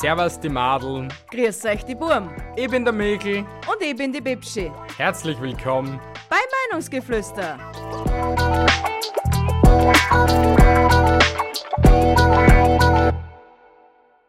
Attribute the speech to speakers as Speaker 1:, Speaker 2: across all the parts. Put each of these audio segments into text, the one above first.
Speaker 1: Servus die Madel,
Speaker 2: Grüß euch die Burm
Speaker 1: ich bin der Mikl,
Speaker 2: und ich bin die Bibschi
Speaker 1: herzlich willkommen.
Speaker 2: bei Meinungsgeflüster.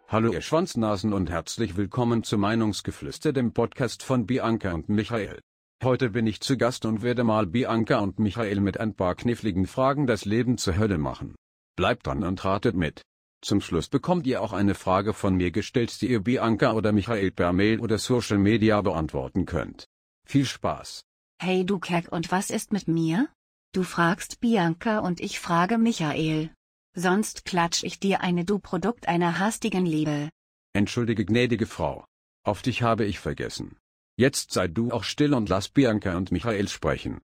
Speaker 3: Hallo ihr Schwanznasen und herzlich willkommen zu Meinungsgeflüster, dem Podcast von Bianca und Michael. Heute bin ich zu Gast und werde mal Bianca und Michael mit ein paar kniffligen Fragen das Leben zur Hölle machen. Bleibt dran und ratet mit. Zum Schluss bekommt ihr auch eine Frage von mir gestellt, die ihr Bianca oder Michael per Mail oder Social Media beantworten könnt. Viel Spaß!
Speaker 4: Hey du Keck und was ist mit mir? Du fragst Bianca und ich frage Michael. Sonst klatsch ich dir eine du Produkt einer hastigen Liebe.
Speaker 3: Entschuldige gnädige Frau. Auf dich habe ich vergessen. Jetzt sei du auch still und lass Bianca und Michael sprechen.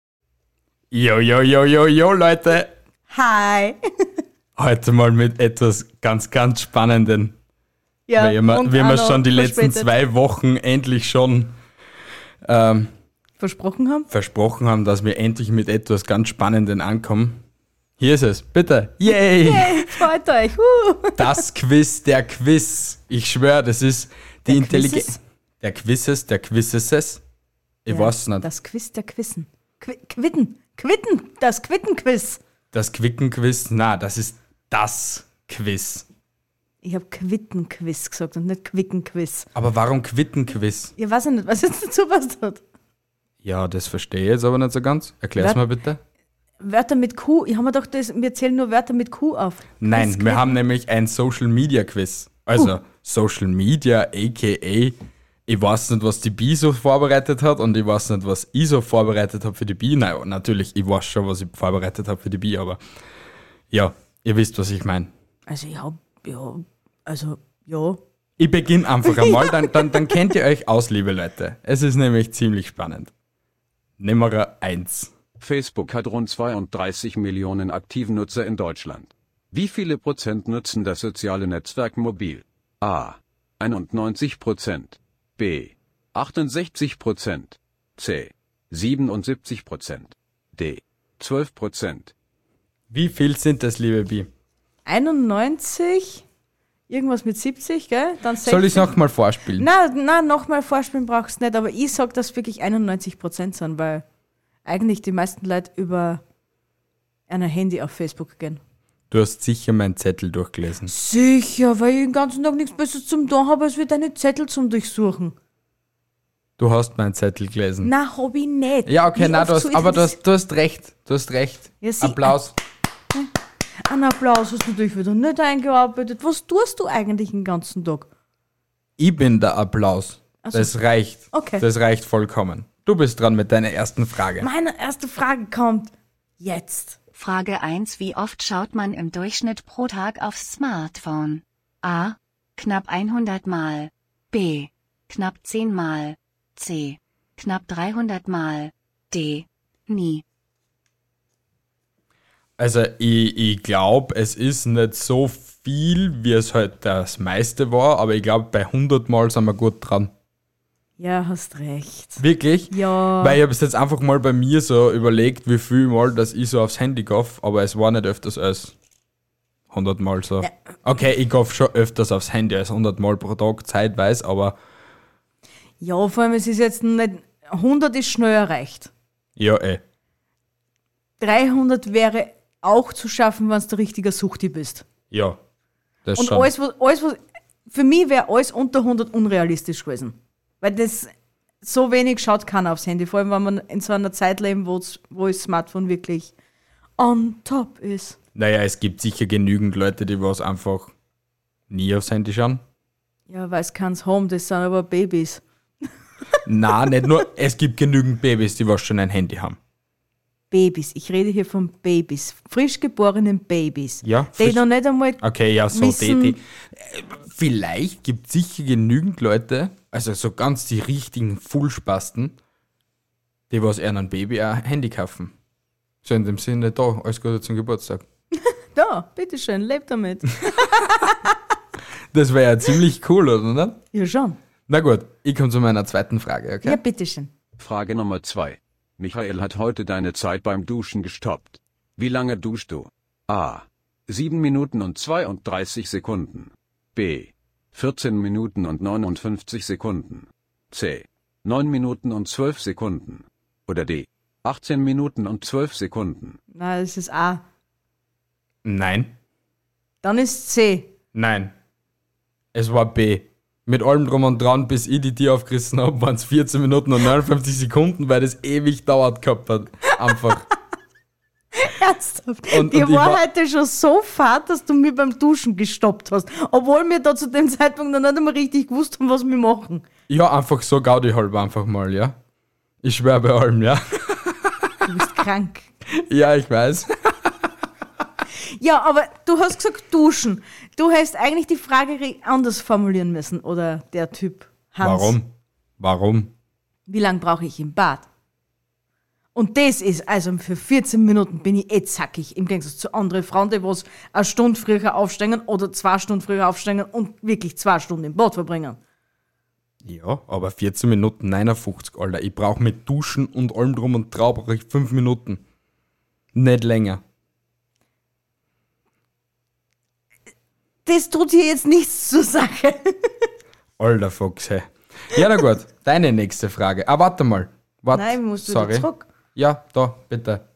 Speaker 1: Jo, jo, jo, jo, jo, Leute.
Speaker 2: Hi.
Speaker 1: Heute mal mit etwas ganz, ganz Spannendem.
Speaker 2: Ja,
Speaker 1: weil wir,
Speaker 2: und
Speaker 1: wir
Speaker 2: auch
Speaker 1: haben
Speaker 2: noch
Speaker 1: schon die letzten
Speaker 2: verspätet
Speaker 1: zwei Wochen endlich schon ähm,
Speaker 2: versprochen haben.
Speaker 1: versprochen haben, dass wir endlich mit etwas ganz Spannendem ankommen. Hier ist es, bitte. Yay!
Speaker 2: Hey, freut euch. Uh.
Speaker 1: Das Quiz der Quiz. Ich schwöre, das ist die
Speaker 2: Der
Speaker 1: Intelligenz.
Speaker 2: Quizzes?
Speaker 1: Der Quizzes, der Quizzes. Ich
Speaker 2: Ja,
Speaker 1: weiß nicht.
Speaker 2: Das Quiz der Quissen. Qu Quitten. Quitten. Das Quittenquiz.
Speaker 1: Das Quicken-Quiz, na, das ist das Quiz.
Speaker 2: Ich habe Quittenquiz gesagt und nicht Quickenquiz.
Speaker 1: Aber warum Quitten-Quiz?
Speaker 2: Ich weiß ja nicht, was jetzt dazu passt hat.
Speaker 1: Ja, das verstehe ich jetzt aber nicht so ganz. Erklär's
Speaker 2: Wer-
Speaker 1: mal bitte.
Speaker 2: Wörter mit Q. Ich habe mir gedacht, das, wir zählen nur Wörter mit Q auf.
Speaker 1: Nein,
Speaker 2: Quiz,
Speaker 1: wir haben nämlich ein Social Media Quiz. Also Social Media, aka, ich weiß nicht, was die Bi so vorbereitet hat und ich weiß nicht, was ich so vorbereitet habe für die Bi. Nein, natürlich, ich weiß schon, was ich vorbereitet habe für die Bi, aber ja, ihr wisst, was ich meine.
Speaker 2: Also ich habe, ja, also ja.
Speaker 1: Ich beginne einfach einmal, dann, dann, dann kennt ihr euch aus, liebe Leute. Es ist nämlich ziemlich spannend. Nimmerer 1.
Speaker 3: Facebook hat rund 32 Millionen aktive Nutzer in Deutschland. Wie viele Prozent nutzen das soziale Netzwerk mobil? A. 91 Prozent. B. 68 Prozent. C. 77 Prozent. D. 12 Prozent.
Speaker 1: Wie viel sind das, liebe Bi?
Speaker 2: 91, irgendwas mit 70, gell? Dann 60.
Speaker 1: Soll ich es nochmal vorspielen?
Speaker 2: Na, na, nochmal vorspielen brauchst du nicht, aber ich sag, dass wirklich 91 Prozent sind, weil eigentlich die meisten Leute über ein Handy auf Facebook gehen.
Speaker 1: Du hast sicher meinen Zettel durchgelesen.
Speaker 2: Sicher, weil ich den ganzen Tag nichts Besseres zum tun habe, als wir deine Zettel zum Durchsuchen.
Speaker 1: Du hast meinen Zettel gelesen.
Speaker 2: Na, hab ich nicht.
Speaker 1: Ja, okay,
Speaker 2: Wie
Speaker 1: na,
Speaker 2: oft
Speaker 1: du hast,
Speaker 2: so ist
Speaker 1: aber
Speaker 2: es?
Speaker 1: du hast, du hast recht. Du hast recht.
Speaker 2: Ja, sie-
Speaker 1: Applaus.
Speaker 2: Einen Applaus hast du dich wieder nicht eingearbeitet. Was tust du eigentlich den ganzen Tag?
Speaker 1: Ich bin der Applaus.
Speaker 2: so.
Speaker 1: Das reicht.
Speaker 2: Okay.
Speaker 1: Das reicht vollkommen. Du bist dran mit deiner ersten Frage.
Speaker 2: Meine erste Frage kommt jetzt.
Speaker 4: Frage 1. Wie oft schaut man im Durchschnitt pro Tag aufs Smartphone? A. Knapp 100 Mal. B. Knapp 10 Mal. C. Knapp 300 Mal. D. Nie.
Speaker 1: Also, ich, ich glaube, es ist nicht so viel, wie es heute das meiste war, aber ich glaube, bei 100 Mal sind wir gut dran.
Speaker 2: Ja, hast recht.
Speaker 1: Wirklich?
Speaker 2: Ja.
Speaker 1: Weil ich habe es jetzt einfach mal bei mir so überlegt, wie viel Mal das ich so aufs Handy gaff, aber es war nicht öfters als 100 Mal so. Okay, ich gaff schon öfters aufs Handy als 100 Mal pro Tag, zeitweise, aber
Speaker 2: Ja, vor allem, es ist jetzt nicht. 100 ist schnell erreicht.
Speaker 1: ja, eh.
Speaker 2: 300 wäre auch zu schaffen, wenn du richtiger Suchti bist.
Speaker 1: Ja. Das
Speaker 2: Und
Speaker 1: schon.
Speaker 2: alles, was, alles, was. Für mich wäre alles unter 100 unrealistisch gewesen. Weil das so wenig schaut keiner aufs Handy, vor allem wenn man in so einer Zeit leben, wo's- wo das Smartphone wirklich on top ist.
Speaker 1: Naja, es gibt sicher genügend Leute, die was einfach nie aufs Handy schauen.
Speaker 2: Ja, weil es keins Home, das sind aber Babys.
Speaker 1: Na, nicht nur, es gibt genügend Babys, die was schon ein Handy haben.
Speaker 2: Babys, ich rede hier von Babys, frisch geborenen Babys.
Speaker 1: Ja,
Speaker 2: Die
Speaker 1: frisch-
Speaker 2: noch nicht einmal
Speaker 1: Okay, ja, so
Speaker 2: Wissen-
Speaker 1: die, die. Äh, Vielleicht gibt es sicher genügend Leute, also so ganz die richtigen Fullspasten, die was eher ein Baby ein Handy kaufen. So in dem Sinne, da, alles Gute zum Geburtstag.
Speaker 2: da, bitteschön, leb damit.
Speaker 1: Das wäre ja ziemlich cool, oder?
Speaker 2: ja, schon.
Speaker 1: Na gut, ich komme zu meiner zweiten Frage, okay?
Speaker 2: Ja, bitteschön.
Speaker 3: Frage Nummer 2. Michael hat heute deine Zeit beim Duschen gestoppt. Wie lange duschst du? A. 7 Minuten und 32 Sekunden. B. 14 Minuten und 59 Sekunden. C. 9 Minuten und 12 Sekunden. Oder D. 18 Minuten und 12 Sekunden.
Speaker 2: Na, das ist A.
Speaker 1: Nein,
Speaker 2: Dann ist eh. C.
Speaker 1: nein. Es war B. Mit allem drum und dran, bis ich die Tür aufgerissen habe, waren es 14 Minuten und 59 Sekunden, weil das ewig dauert gehabt hat. Einfach.
Speaker 2: Ernsthaft.
Speaker 1: Und-
Speaker 2: die
Speaker 1: und ich
Speaker 2: war
Speaker 1: war-
Speaker 2: heute schon so fad, dass du mir beim Duschen gestoppt hast. Obwohl wir da zu dem Zeitpunkt noch nicht einmal richtig gewusst haben, was wir machen.
Speaker 1: Ja, einfach so Gaudi halb einfach mal, ja. Ich schwör bei allem, ja.
Speaker 2: Du bist krank.
Speaker 1: Ja, ich weiß.
Speaker 2: Ja, aber du hast gesagt duschen. Du hättest eigentlich die Frage re- anders formulieren müssen, oder der Typ Hans.
Speaker 1: Warum? Warum?
Speaker 2: Wie lange brauche ich im Bad? Und das ist, also für 14 Minuten bin ich eh zackig, im Gegensatz zu anderen Frauen, die was eine Stunde früher aufstehen oder zwei Stunden früher aufstehen und wirklich zwei Stunden im Bad verbringen.
Speaker 1: Ja, aber 14 Minuten 59, Alter. Ich brauche mit Duschen und allem drum und drauf brauche ich 5 Minuten. Nicht länger.
Speaker 2: Das tut hier jetzt nichts zur Sache.
Speaker 1: Alter Fuchs, hey. Ja, na gut. Deine nächste Frage. Ah, warte mal. Warte.
Speaker 2: Nein, ich muss wieder
Speaker 1: Sorry.
Speaker 2: zurück.
Speaker 1: Ja, da, bitte.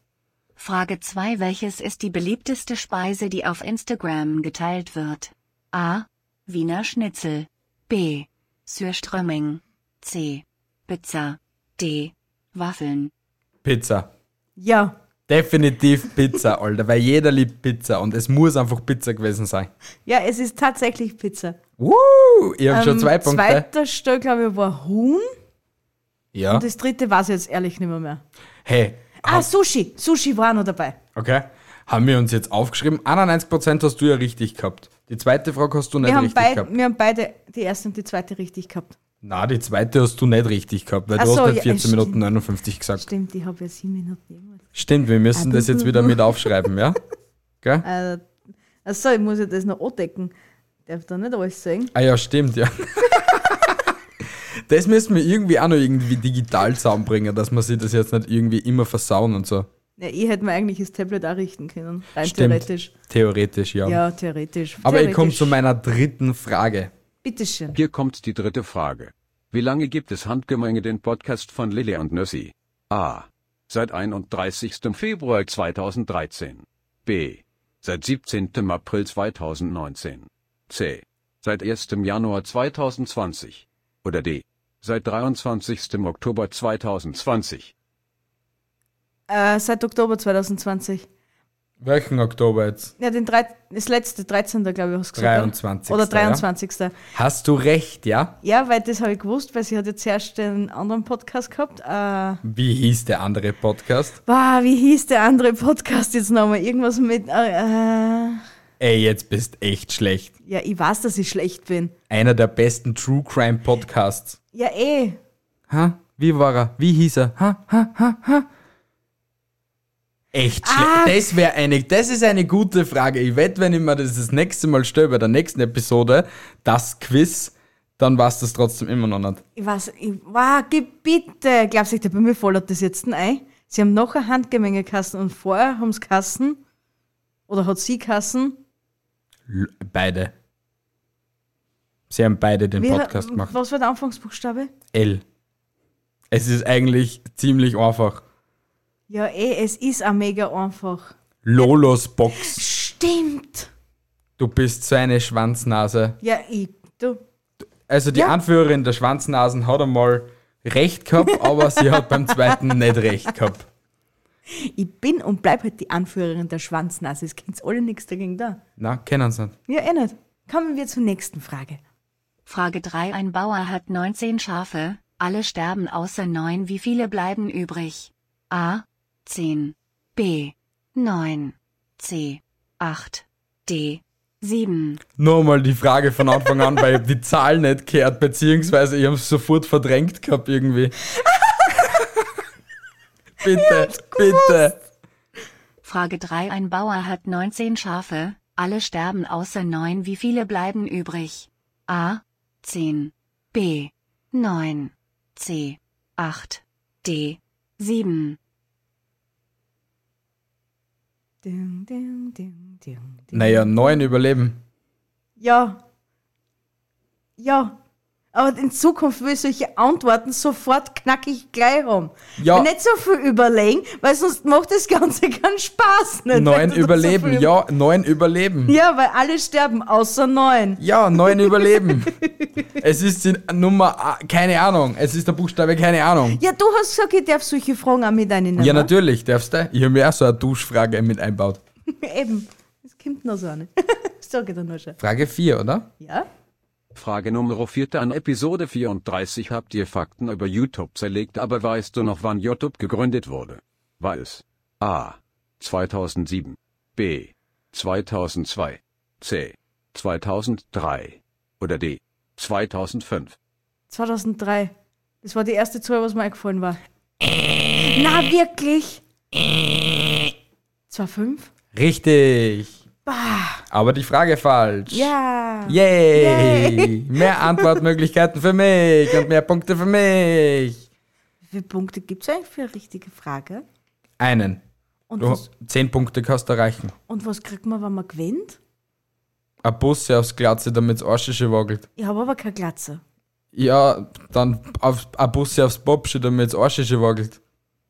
Speaker 4: Frage 2. Welches ist die beliebteste Speise, die auf Instagram geteilt wird? A. Wiener Schnitzel. B. Sürströmming. C. Pizza. D. Waffeln.
Speaker 1: Pizza.
Speaker 2: Ja,
Speaker 1: Definitiv Pizza, Alter, weil jeder liebt Pizza und es muss einfach Pizza gewesen sein.
Speaker 2: ja, es ist tatsächlich Pizza.
Speaker 1: Woo! Ich habe schon zwei
Speaker 2: Ähm,
Speaker 1: Punkte.
Speaker 2: Zweiter Stück, glaube ich, war Huhn.
Speaker 1: ja.
Speaker 2: Und das dritte weiß ich jetzt ehrlich nicht mehr. mehr.
Speaker 1: Hey,
Speaker 2: Ah, Sushi. Sushi war auch noch dabei.
Speaker 1: Okay. Haben wir uns jetzt aufgeschrieben? 91% hast du ja richtig gehabt. Die zweite Frage hast du nicht
Speaker 2: Wir haben,
Speaker 1: richtig
Speaker 2: beid-
Speaker 1: gehabt.
Speaker 2: wir haben beide die erste und die zweite richtig gehabt.
Speaker 1: Na, die zweite hast du nicht richtig gehabt, weil
Speaker 2: Ach
Speaker 1: du
Speaker 2: so,
Speaker 1: hast
Speaker 2: ja,
Speaker 1: nicht 14
Speaker 2: stimmt.
Speaker 1: Minuten 59 gesagt. Stimmt,
Speaker 2: Stimmt, Ah, ich habe ja sieben Minuten irgendwas.
Speaker 1: wir müssen das jetzt wieder mit aufschreiben, ja? Gell?
Speaker 2: Äh, achso, ich muss ja das noch andecken. Darf da nicht alles sagen?
Speaker 1: Ah ja, stimmt, ja. das müssen wir irgendwie auch noch irgendwie digital zusammenbringen, dass man sich das jetzt nicht irgendwie immer versauen und so.
Speaker 2: Ja, ich hätte mir eigentlich das Tablet auch richten können. Rein
Speaker 1: Stimmt.
Speaker 2: theoretisch.
Speaker 1: Theoretisch, ja.
Speaker 2: Ja, theoretisch.
Speaker 1: Aber ich komme
Speaker 2: Theoretisch.
Speaker 1: zu meiner dritten Frage.
Speaker 2: Bitteschön.
Speaker 3: Hier kommt die dritte Frage. Wie lange gibt es Handgemenge den Podcast von Lilly und Nössi? A. Seit 31. Februar 2013. B. Seit 17. April 2019. C. Seit 1. Januar 2020. Oder D. Seit 23. Oktober 2020.
Speaker 2: Äh, seit Oktober 2020.
Speaker 1: Welchen Oktober jetzt?
Speaker 2: Ja, den drei, das letzte, 13. glaube ich, hast du gesagt.
Speaker 1: 23.,
Speaker 2: Oder
Speaker 1: ja.
Speaker 2: 23. Ja.
Speaker 1: Hast du recht, ja?
Speaker 2: weil das habe ich gewusst, weil sie hat ja zuerst den anderen Podcast gehabt. Äh,
Speaker 1: Wie hieß der andere Podcast?
Speaker 2: wow, wie hieß der andere Podcast jetzt nochmal? Irgendwas mit. Äh, äh,
Speaker 1: Ey, jetzt bist echt schlecht.
Speaker 2: ja, ich weiß, dass ich schlecht bin.
Speaker 1: Einer der besten True Crime Podcasts.
Speaker 2: Ja, eh.
Speaker 1: Ha? Wie war er? Wie hieß er? Ha? Ha? Ha? Ha? Echt schlecht.
Speaker 2: Ah.
Speaker 1: Das wäre eine, das ist eine gute Frage. Ich wette, wenn ich mir das das nächste Mal stelle bei der nächsten Episode, das Quiz, dann war es das trotzdem immer noch nicht.
Speaker 2: Ich weiß, ich, wow, gib bitte. Glaubst du, nicht, der bei mir vollert das jetzt ein Ei? Sie haben noch eine Handgemenge Kassen und vorher haben sie Kassen. Oder hat sie Kassen?
Speaker 1: L beide. Sie haben beide den
Speaker 2: Wie-
Speaker 1: Podcast gemacht.
Speaker 2: Was war der Anfangsbuchstabe?
Speaker 1: L. Es ist eigentlich ziemlich einfach.
Speaker 2: Ja, eh, es ist auch mega einfach.
Speaker 1: Lolos Box.
Speaker 2: Stimmt.
Speaker 1: Du bist so eine Schwanznase.
Speaker 2: Ja, ich, du,
Speaker 1: Also die
Speaker 2: Ja.
Speaker 1: Anführerin der Schwanznasen hat einmal recht gehabt, aber sie hat beim zweiten nicht recht gehabt.
Speaker 2: Ich bin und bleib halt die Anführerin der Schwanznase. Es kennt's alle nichts dagegen da.
Speaker 1: Na, kennen sie nicht.
Speaker 2: Ja, eh nicht. Kommen wir zur nächsten Frage.
Speaker 4: Frage 3. Ein Bauer hat 19 Schafe, alle sterben außer 9. Wie viele bleiben übrig? A. 10. B. 9. C. 8. D. 7.
Speaker 1: Nochmal die Frage von Anfang an, weil ich hab die Zahl nicht gehört, beziehungsweise ich habe es sofort verdrängt gehabt irgendwie. bitte, bitte.
Speaker 4: Frage 3. Ein Bauer hat 19 Schafe, alle sterben außer 9. Wie viele bleiben übrig? A. 10. B. 9. C. 8. D. 7.
Speaker 2: Ding, ding, ding, ding, ding.
Speaker 1: Naja, neun überleben.
Speaker 2: Ja. Ja. Aber in Zukunft will ich solche Antworten sofort knackig gleich haben.
Speaker 1: Ja.
Speaker 2: Und nicht so viel überlegen, weil sonst macht das Ganze keinen Spaß. Nicht, wenn
Speaker 1: Neun
Speaker 2: du da so
Speaker 1: überleben,
Speaker 2: viel-
Speaker 1: ja, neun überleben.
Speaker 2: Ja, weil alle sterben, außer neun.
Speaker 1: Ja, neun überleben. Es ist die Nummer, A- keine Ahnung. Es ist der Buchstabe, keine Ahnung.
Speaker 2: Ja, du hast gesagt, ich darf solche Fragen auch mit einnehmen.
Speaker 1: Ja,
Speaker 2: ne?
Speaker 1: natürlich, darfst du. Ich habe mir auch so eine Duschfrage mit einbaut.
Speaker 2: Eben. Das kommt noch so eine. Sag ich dir nur schon.
Speaker 1: Frage 4, oder?
Speaker 2: Ja?
Speaker 3: Frage Nummer 4 an Episode 34 habt ihr Fakten über YouTube zerlegt, aber weißt du noch, wann YouTube gegründet wurde? War es A 2007, B 2002, C 2003 oder D 2005?
Speaker 2: 2003. Das war die erste Zahl, was mir eingefallen war. Na, wirklich? 2,5?
Speaker 1: Richtig. Aber die Frage falsch.
Speaker 2: Ja.
Speaker 1: Yay. Mehr Antwortmöglichkeiten für mich und mehr Punkte für mich.
Speaker 2: Wie viele Punkte gibt es eigentlich für eine richtige Frage?
Speaker 1: Einen.
Speaker 2: Und,
Speaker 1: Du,
Speaker 2: was,
Speaker 1: zehn Punkte kannst du erreichen.
Speaker 2: und was kriegt man, wenn man gewinnt?
Speaker 1: Ein Busse aufs Glatze, damit's Arsche wagelt.
Speaker 2: Ich habe aber keine Glatze.
Speaker 1: Ja, dann auf, ein Busse aufs Popsche, damit's Arsche wagelt.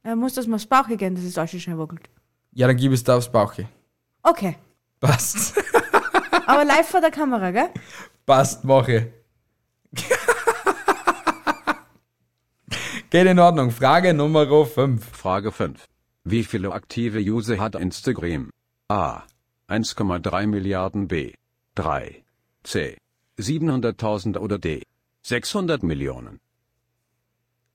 Speaker 2: Er muss das mal aufs Bauch gehen, das ist alles schon wackelt.
Speaker 1: Ja, dann gib es da aufs Bauche.
Speaker 2: Okay.
Speaker 1: Passt.
Speaker 2: Aber live vor der Kamera, gell?
Speaker 1: Passt, mache. Geht in Ordnung. Frage Nummer 5.
Speaker 3: Frage 5. Wie viele aktive User hat Instagram? A. 1,3 Milliarden B. 3. C. 700.000 oder D. 600 Millionen.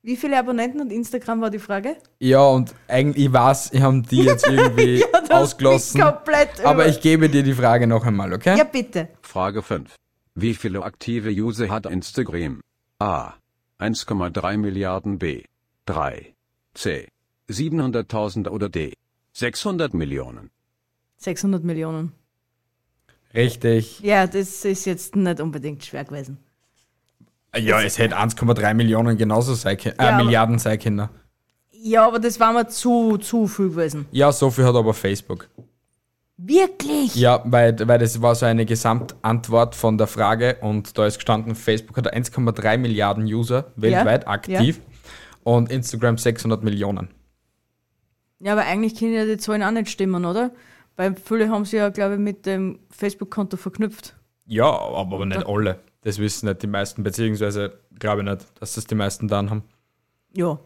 Speaker 2: Wie viele Abonnenten und Instagram war die Frage?
Speaker 1: Ja, und eigentlich, ich weiß, ich habe die jetzt irgendwie ausgelassen.
Speaker 2: bin komplett über-
Speaker 1: Aber ich gebe dir die Frage noch einmal, okay?
Speaker 2: Ja, bitte.
Speaker 3: Frage 5. Wie viele aktive User hat Instagram? A. 1,3 Milliarden B. 3. C. 700.000 oder D. 600 Millionen.
Speaker 2: 600 Millionen.
Speaker 1: Richtig.
Speaker 2: Ja, das ist jetzt nicht unbedingt schwer gewesen.
Speaker 1: Ja, es hätte 1,3 Millionen genauso sein können. Äh,
Speaker 2: Ja, aber-
Speaker 1: Milliarden sein können.
Speaker 2: Ja, aber das war mir zu, zu viel gewesen.
Speaker 1: Ja, so viel hat aber Facebook.
Speaker 2: Wirklich?
Speaker 1: Ja, weil, weil das war so eine Gesamtantwort von der Frage und da ist gestanden, Facebook hat 1,3 Milliarden User weltweit
Speaker 2: Ja,
Speaker 1: aktiv und Instagram 600 Millionen.
Speaker 2: Ja, aber eigentlich können ja die Zahlen auch nicht stimmen, oder? Weil viele haben sie ja, glaube ich, mit dem Facebook-Konto verknüpft.
Speaker 1: Ja, aber, aber nicht alle. Das wissen nicht die meisten, beziehungsweise glaube ich nicht, dass das die meisten dann haben.
Speaker 2: Ja.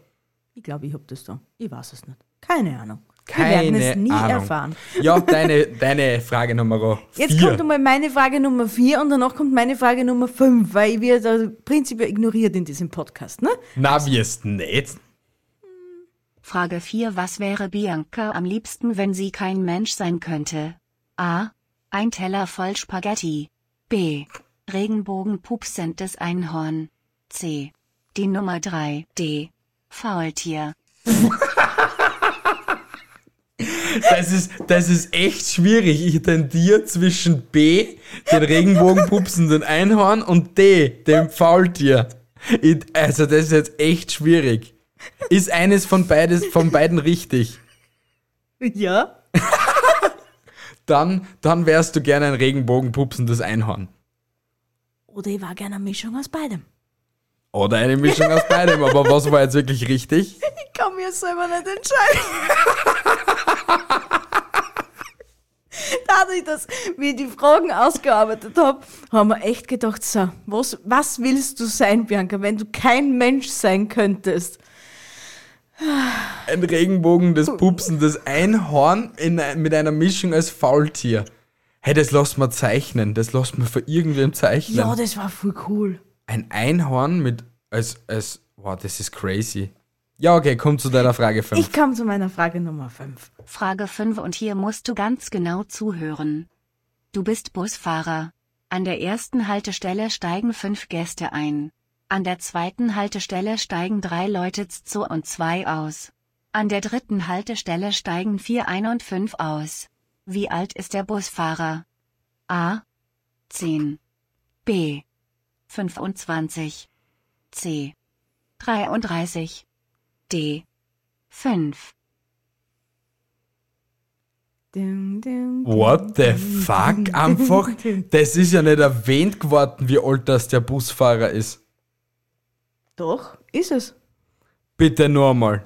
Speaker 2: Ich glaube, ich hab das da. Ich weiß es nicht. Keine Ahnung.
Speaker 1: Keine
Speaker 2: Wir werden es nie
Speaker 1: Ahnung.
Speaker 2: erfahren.
Speaker 1: Ja, deine, deine Frage Nummer
Speaker 2: Jetzt
Speaker 1: vier.
Speaker 2: kommt einmal meine Frage Nummer 4 und danach kommt meine Frage Nummer 5, weil ich werde da prinzipiell ignoriert in diesem Podcast, ne?
Speaker 1: Na, wie ist nicht?
Speaker 4: Frage 4. Was wäre Bianca am liebsten, wenn sie kein Mensch sein könnte? A. Ein Teller voll Spaghetti. B. Regenbogenpupsendes Einhorn. C. Die Nummer 3. D. Faultier.
Speaker 1: Das ist, das ist echt schwierig. Ich tendiere zwischen B, den Regenbogenpupsenden Einhorn, und D, dem Faultier. Ich, also, das ist jetzt echt schwierig. Ist eines von, beides, von beiden richtig?
Speaker 2: Ja.
Speaker 1: Dann, dann wärst du gerne ein Regenbogenpupsendes Einhorn.
Speaker 2: Oder ich war gerne eine Mischung aus beidem.
Speaker 1: Oder eine Mischung aus beidem. Aber was war jetzt wirklich richtig?
Speaker 2: Ich kann mir selber nicht entscheiden. da dadurch, dass wir die Fragen ausgearbeitet haben, haben wir echt gedacht, so, was, was willst du sein, Bianca, wenn du kein Mensch sein könntest?
Speaker 1: Ein Regenbogen, das Pupsen, das Einhorn in, ein- mit einer Mischung als Faultier. Hey, das lass mal zeichnen, das lass mal von irgendwem zeichnen.
Speaker 2: Ja, das war voll cool.
Speaker 1: Ein Einhorn mit als als wow, das ist crazy. Ja, okay, komm zu deiner Frage 5.
Speaker 2: Ich komme zu meiner Frage Nummer 5.
Speaker 4: Frage 5 und hier musst du ganz genau zuhören. Du bist Busfahrer. An der ersten Haltestelle steigen fünf Gäste ein. An der zweiten Haltestelle steigen drei Leute zu und zwei aus. An der dritten Haltestelle steigen vier ein und fünf aus. Wie alt ist der Busfahrer? A. 10. B. 25. C. 33. D. 5.
Speaker 2: Ding, ding,
Speaker 1: What the fuck? Einfach, das ist ja nicht erwähnt geworden, wie alt das der Busfahrer ist.
Speaker 2: Doch, ist es.
Speaker 1: Bitte nur mal.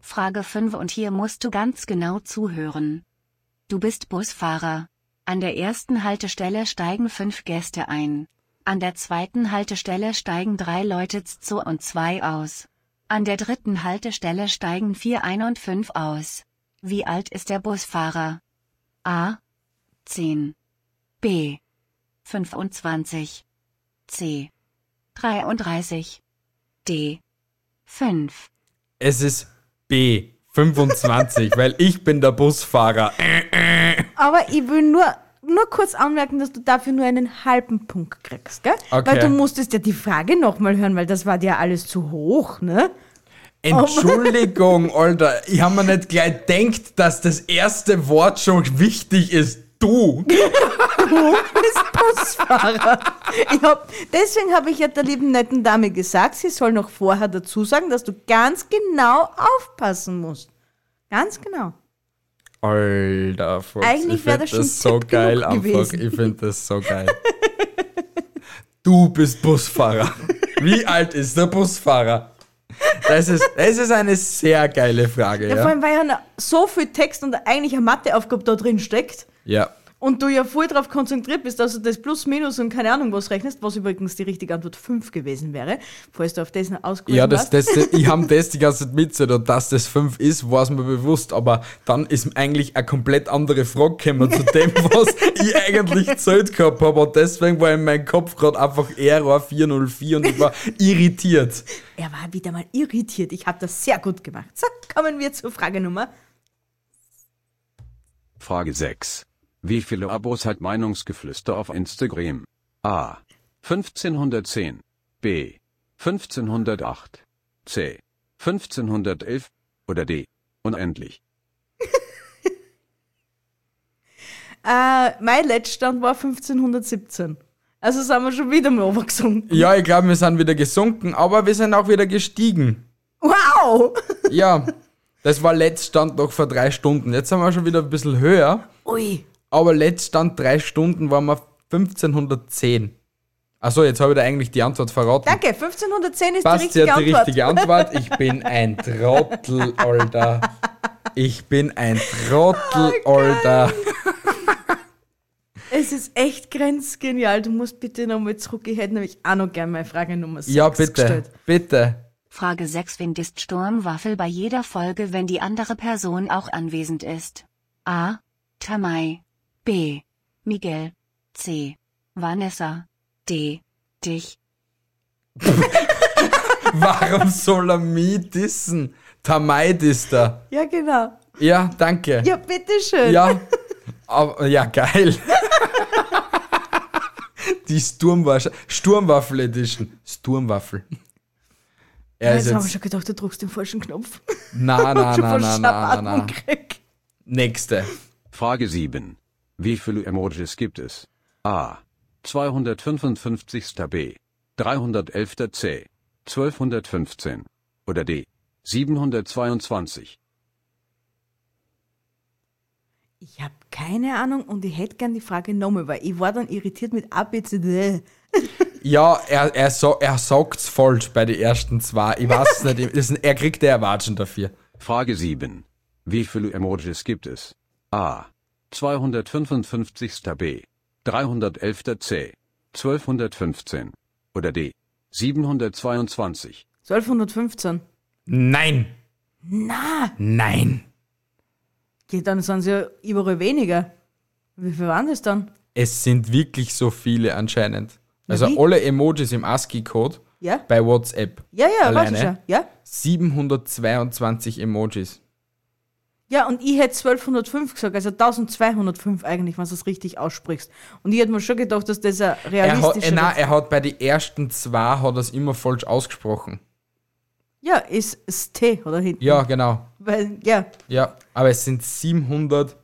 Speaker 4: Frage 5 und hier musst du ganz genau zuhören. Du bist Busfahrer. An der ersten Haltestelle steigen fünf Gäste ein. An der zweiten Haltestelle steigen drei Leute zu und zwei aus. An der dritten Haltestelle steigen vier ein und fünf aus. Wie alt ist der Busfahrer? A. 10. B. 25. C. 33. D. 5.
Speaker 1: Es ist B, 25, weil ich bin der Busfahrer.
Speaker 2: Aber ich will nur, nur kurz anmerken, dass du dafür nur einen halben Punkt kriegst, gell?
Speaker 1: Okay.
Speaker 2: Weil du musstest ja die Frage nochmal hören, weil das war dir alles zu hoch, ne? Oh
Speaker 1: Entschuldigung, Alter, ich habe mir nicht gleich gedacht, dass das erste Wort schon wichtig ist. Du.
Speaker 2: Du bist Busfahrer. Ich hab, deswegen habe ich ja der lieben netten Dame gesagt, sie soll noch vorher dazu sagen, dass du ganz genau aufpassen musst. Ganz genau.
Speaker 1: Alter, Fuchs,
Speaker 2: Eigentlich
Speaker 1: ich
Speaker 2: wär
Speaker 1: find
Speaker 2: das schon
Speaker 1: das so
Speaker 2: Tipp
Speaker 1: geil
Speaker 2: genug
Speaker 1: einfach.
Speaker 2: gewesen.
Speaker 1: Ich finde das so geil. du bist Busfahrer. Wie alt ist der Busfahrer? Das ist, das ist eine sehr geile Frage.
Speaker 2: Ja, vor
Speaker 1: Ja,
Speaker 2: allem, weil ja noch so viel Text und eigentlich eine Matheaufgabe da drin steckt.
Speaker 1: ja.
Speaker 2: Und du ja voll darauf konzentriert bist, dass du das Plus, Minus und keine Ahnung was rechnest, was übrigens die richtige Antwort 5 gewesen wäre, falls du auf das noch ausgewiesen
Speaker 1: ja das,
Speaker 2: warst.
Speaker 1: das, ich habe das die ganze Zeit mitgezählt und dass das 5 ist, war es mir bewusst, aber dann ist mir eigentlich eine komplett andere Frage gekommen zu dem, was ich eigentlich gezählt gehabt habe und deswegen war in meinem Kopf gerade einfach Error 404 und ich war irritiert.
Speaker 2: Er war wieder mal irritiert. Ich habe das sehr gut gemacht. So, kommen wir zur Frage Nummer.
Speaker 3: Frage 6. Wie viele Abos hat Meinungsgeflüster auf Instagram? A. 1510. B. 1508. C. 1511. Oder D. Unendlich.
Speaker 2: Äh, mein Letztstand war 1517. Also sind wir schon wieder mal runtergesunken.
Speaker 1: Ja, ich glaube, wir sind wieder gesunken, aber wir sind auch wieder gestiegen.
Speaker 2: Wow!
Speaker 1: Ja, das war letzt stand noch vor drei Stunden. Jetzt sind wir schon wieder ein bisschen höher,
Speaker 2: Ui.
Speaker 1: aber letzt stand drei Stunden waren wir 1510. Achso, jetzt habe ich da eigentlich die Antwort verraten.
Speaker 2: Danke, 1510 ist
Speaker 1: Passt
Speaker 2: die richtige
Speaker 1: ja die
Speaker 2: Antwort.
Speaker 1: richtige Antwort. Ich bin ein Trottel, Alter. Ich bin ein Trottel,
Speaker 2: Oh
Speaker 1: Alter.
Speaker 2: Es ist echt grenzgenial. Du musst bitte nochmal zurück. Ich hätte nämlich auch noch gerne meine Frage Nummer 6
Speaker 1: Ja, bitte,
Speaker 2: gestellt.
Speaker 1: bitte.
Speaker 4: Frage 6 Wen ist Sturmwaffel bei jeder Folge, wenn die andere Person auch anwesend ist? A. Tamai. B. Miguel. C. Vanessa. D. Dich.
Speaker 1: Warum soll er mich dissen? Tamai disst er.
Speaker 2: Ja, genau.
Speaker 1: Ja, danke.
Speaker 2: Ja, bitteschön.
Speaker 1: Ja, aber, ja geil. Die Sturmwaffel, Sturmwaffel Edition. Sturmwaffel. Er
Speaker 2: jetzt
Speaker 1: ist
Speaker 2: haben wir
Speaker 1: jetzt.
Speaker 2: schon gedacht, du drückst den falschen Knopf.
Speaker 1: Na, na,
Speaker 2: schon
Speaker 1: na,
Speaker 2: voll
Speaker 1: na, na, na.
Speaker 2: Schnappatmung krieg.
Speaker 1: Nächste.
Speaker 3: Frage 7. Wie viele Emojis gibt es? A. 255. B. 311. C. 1215. Oder D. 722.
Speaker 2: Ich habe keine Ahnung und ich hätte gern die Frage nochmal, weil ich war dann irritiert mit A, B, C, D. E.
Speaker 1: Ja, er, er, so, er sagt's falsch bei den ersten zwei. Ich weiß nicht. ich- das- Er kriegt der Erwartung dafür.
Speaker 3: Frage 7. Wie viele Emojis gibt es? A. 255. B, 311. C, 1215 oder D, 722.
Speaker 2: 1215.
Speaker 1: Nein!
Speaker 2: Na,
Speaker 1: Nein!
Speaker 2: geht dann sind sie ja überall weniger. Wie viel waren das dann?
Speaker 1: Es sind wirklich so viele anscheinend. Also
Speaker 2: wie?
Speaker 1: alle Emojis im ASCII-Code
Speaker 2: Ja?
Speaker 1: bei WhatsApp.
Speaker 2: Ja, ja, warte
Speaker 1: Alleine
Speaker 2: schon. Ja?
Speaker 1: 722 Emojis.
Speaker 2: Ja, und ich hätte 1205 gesagt, also 1205 eigentlich, wenn du es richtig aussprichst. Und ich hätte mir schon gedacht, dass das ein
Speaker 1: Er hat, äh,
Speaker 2: realistischer.
Speaker 1: nein, er hat bei den ersten zwei hat er es immer falsch ausgesprochen.
Speaker 2: ja, ist das T oder hinten.
Speaker 1: Ja, genau.
Speaker 2: Weil, ja,
Speaker 1: Ja, aber es sind 722.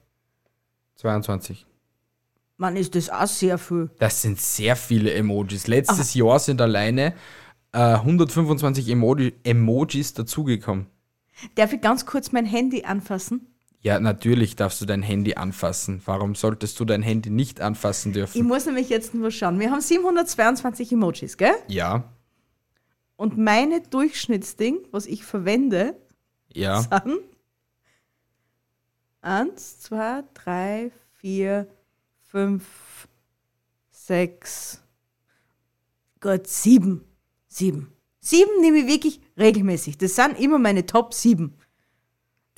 Speaker 2: man ist das auch sehr viel.
Speaker 1: Das sind sehr viele Emojis. Letztes
Speaker 2: Ah.
Speaker 1: Jahr sind alleine äh, 125 Emoji Emojis dazugekommen.
Speaker 2: Darf ich ganz kurz mein Handy anfassen?
Speaker 1: Ja, natürlich darfst du dein Handy anfassen. Warum solltest du dein Handy nicht anfassen
Speaker 2: Ich
Speaker 1: dürfen?
Speaker 2: muss nämlich jetzt nur schauen. Wir haben 722 Emojis, gell?
Speaker 1: ja,
Speaker 2: Und meine Durchschnittsding, was ich verwende,
Speaker 1: ja.
Speaker 2: sind eins, zwei, drei, vier, fünf, sechs, Gott, sieben. Sieben. Sieben nehme ich wirklich regelmäßig. Das sind immer meine Top sieben.